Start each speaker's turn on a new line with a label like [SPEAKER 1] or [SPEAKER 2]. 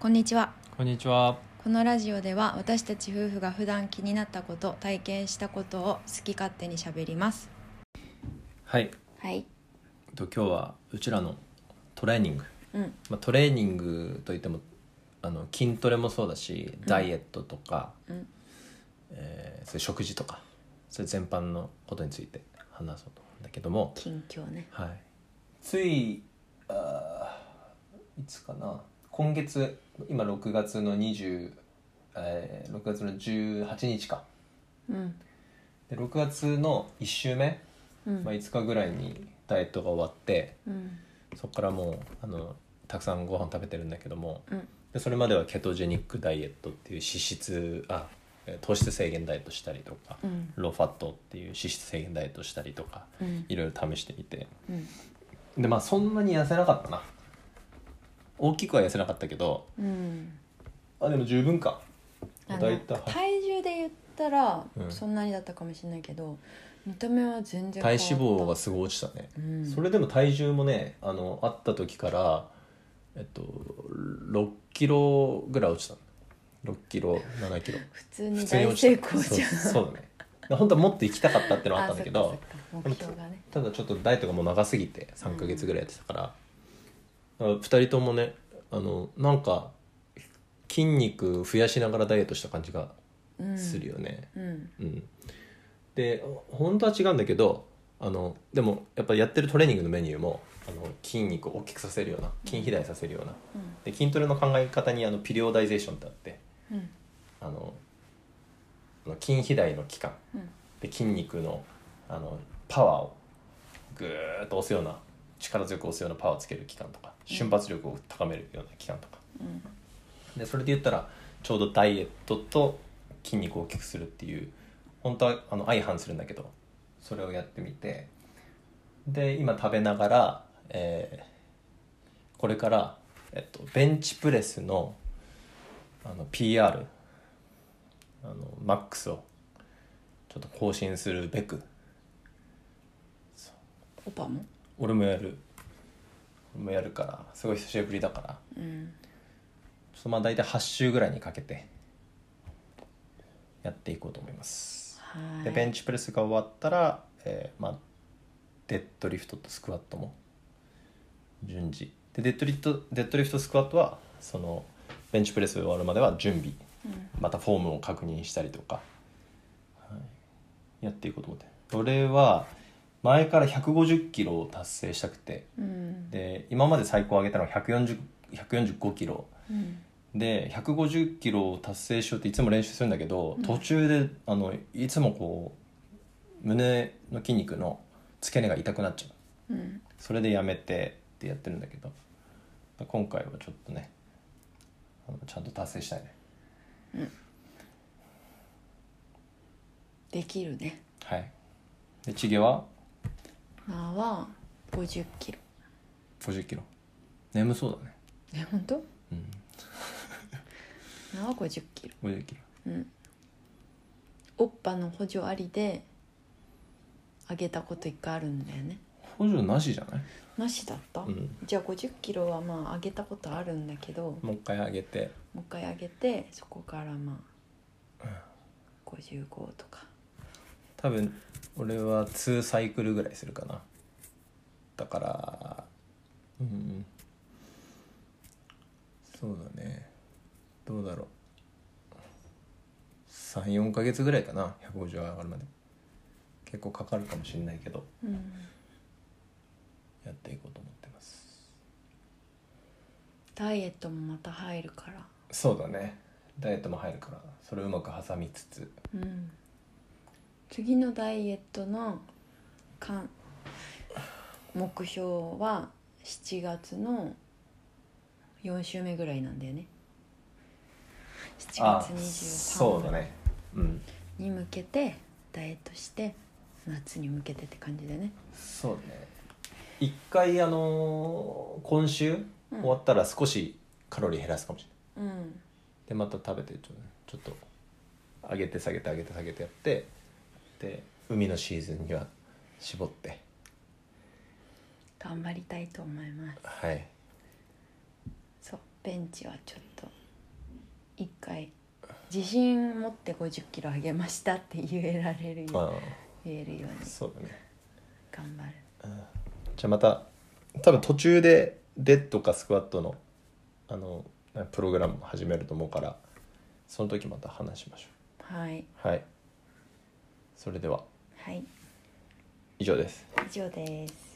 [SPEAKER 1] こんにちは
[SPEAKER 2] こんにちは。
[SPEAKER 1] このラジオでは私たち夫婦が普段気になったこと体験したことを好き勝手にしゃべります
[SPEAKER 2] はい。
[SPEAKER 1] はい
[SPEAKER 2] と今日はうちらのトレーニング、
[SPEAKER 1] うん
[SPEAKER 2] まあ、トレーニングといってもあの筋トレもそうだし、ダイエットとか、
[SPEAKER 1] うん
[SPEAKER 2] えーそれ食事とか、それ全般のことについて話そうと思うんだけども、
[SPEAKER 1] 近況ね
[SPEAKER 2] はい。ついあーいつかな、今月今6月の20、えー、6月の18日か。
[SPEAKER 1] うん
[SPEAKER 2] で6月の1週目、
[SPEAKER 1] うん
[SPEAKER 2] まあ、5日ぐらいにダイエットが終わって
[SPEAKER 1] うん
[SPEAKER 2] そこからもうあのたくさんご飯食べてるんだけども
[SPEAKER 1] うん
[SPEAKER 2] でそれまではケトジェニックダイエットっていう脂質あえー糖質制限ダイエットしたりとか、
[SPEAKER 1] うん
[SPEAKER 2] ローファットっていう脂質制限ダイエットしたりとか
[SPEAKER 1] うん
[SPEAKER 2] いろいろ試してみて
[SPEAKER 1] うん
[SPEAKER 2] でまあそんなに痩せなかったな大きくは痩せなかったけど
[SPEAKER 1] うん
[SPEAKER 2] あでも十分か
[SPEAKER 1] あの
[SPEAKER 2] 大体
[SPEAKER 1] 体重で言ったら
[SPEAKER 2] うん
[SPEAKER 1] そんなにだったかもしれないけど見た目は全然
[SPEAKER 2] 体脂肪が
[SPEAKER 1] が
[SPEAKER 2] すごい落ちたね
[SPEAKER 1] うん
[SPEAKER 2] それでも体重もねあの会った時から、えっと、6キロぐらい落ちた6キロ7キロ
[SPEAKER 1] 普通に大成功
[SPEAKER 2] そう
[SPEAKER 1] じゃん
[SPEAKER 2] そうだね本当はもっと行きたかったってのはあったんだけ
[SPEAKER 1] そっ
[SPEAKER 2] ど
[SPEAKER 1] かそっか目標がね
[SPEAKER 2] ただちょっとダイエットがもう長すぎて3か月ぐらいやってたから、2人ともねあのなんか筋肉増やしながらダイエットした感じが
[SPEAKER 1] うん
[SPEAKER 2] するよね、
[SPEAKER 1] うん
[SPEAKER 2] うん、で本当は違うんだけどあのでもやっぱやってるトレーニングのメニューもあの筋肉を大きくさせるような筋肥大させるよう
[SPEAKER 1] う
[SPEAKER 2] な
[SPEAKER 1] ん
[SPEAKER 2] で筋トレの考え方にあのピリオダイゼーションってあって
[SPEAKER 1] うん
[SPEAKER 2] あのあの筋肥大の期間
[SPEAKER 1] うん
[SPEAKER 2] で筋肉のあのパワーをぐーっと押すような力強く押すようなパワーをつける期間とか瞬発力を高めるような期間とか
[SPEAKER 1] うん
[SPEAKER 2] でそれで言ったらちょうどダイエットと筋肉を大きくするっていう本当はあの相反するんだけどそれをやってみてで今食べながら、えーこれから、えっと、ベンチプレスのあの PR あのマックスをちょっと更新するべく
[SPEAKER 1] オパも
[SPEAKER 2] 俺もやる俺もやるからすごい久しぶりだから
[SPEAKER 1] うん
[SPEAKER 2] ちょっとまあ大体8週ぐらいにかけてやっていこうと思います、
[SPEAKER 1] はい
[SPEAKER 2] でベンチプレスが終わったら、えーまあ、デッドリフトとスクワットも順次でデッドリフトデッドリフトスクワットはそのベンチプレス終わるまでは準備、またフォームを確認したりとか、はいやっていこうと思って俺は前から150キロを達成したくて
[SPEAKER 1] うん
[SPEAKER 2] で今まで最高上げたのは140 145キロ
[SPEAKER 1] うん
[SPEAKER 2] で150キロを達成しようっていつも練習するんだけど、途中であのいつもこう胸の筋肉の付け根が痛くなっちゃう
[SPEAKER 1] うん
[SPEAKER 2] それでやめてってやってるんだけど今回はちょっとねあのちゃんと達成したいね
[SPEAKER 1] できるね
[SPEAKER 2] はいでチゲは
[SPEAKER 1] まあは50キロ
[SPEAKER 2] 50キロ眠そうだね
[SPEAKER 1] え本当
[SPEAKER 2] うん
[SPEAKER 1] 縄50キロ
[SPEAKER 2] 50キロ
[SPEAKER 1] うんおっぱの補助ありで上げたこと一回あるんだよね
[SPEAKER 2] 補助なしじゃない
[SPEAKER 1] なしだった、
[SPEAKER 2] うん
[SPEAKER 1] じゃあ50キロはまあ上げたことあるんだけども
[SPEAKER 2] もう一回上げて
[SPEAKER 1] う一回上げてそこからまあ55とか
[SPEAKER 2] 多分俺は2サイクルぐらいするかなだからうんそうだねどうだろう34ヶ月ぐらいかな150上がるまで結構かかるかもしれないけど
[SPEAKER 1] うん
[SPEAKER 2] やっていこうと思ってます
[SPEAKER 1] ダイエットもまた入るから
[SPEAKER 2] そうだねダイエットも入るからそれをうまく挟みつつ
[SPEAKER 1] うん次のダイエットのかん目標は7月の4週目ぐらいなんだよね7月
[SPEAKER 2] そうだ
[SPEAKER 1] 23
[SPEAKER 2] ねうん
[SPEAKER 1] に向けてダイエットして夏に向けてって感じだよね
[SPEAKER 2] そうね一回あのー今週
[SPEAKER 1] うん
[SPEAKER 2] 終わったら少しカロリー減らすかもしれない、
[SPEAKER 1] うん
[SPEAKER 2] でまた食べてちょ,、ちょっと上げて下げて上げて下げてやってで海のシーズンには絞って
[SPEAKER 1] 頑張りたいと思います
[SPEAKER 2] はい
[SPEAKER 1] そうベンチはちょっと回自信持って5 0キロ上げましたって言えられるよ
[SPEAKER 2] ま
[SPEAKER 1] 言えるように
[SPEAKER 2] あそうだね
[SPEAKER 1] 頑張る
[SPEAKER 2] じゃあまた多分途中でデッドかスクワットのあのプログラムも始めると思うからその時また話しましょ
[SPEAKER 1] はい、
[SPEAKER 2] うはいそれでは
[SPEAKER 1] はい、
[SPEAKER 2] 以上です
[SPEAKER 1] 以上です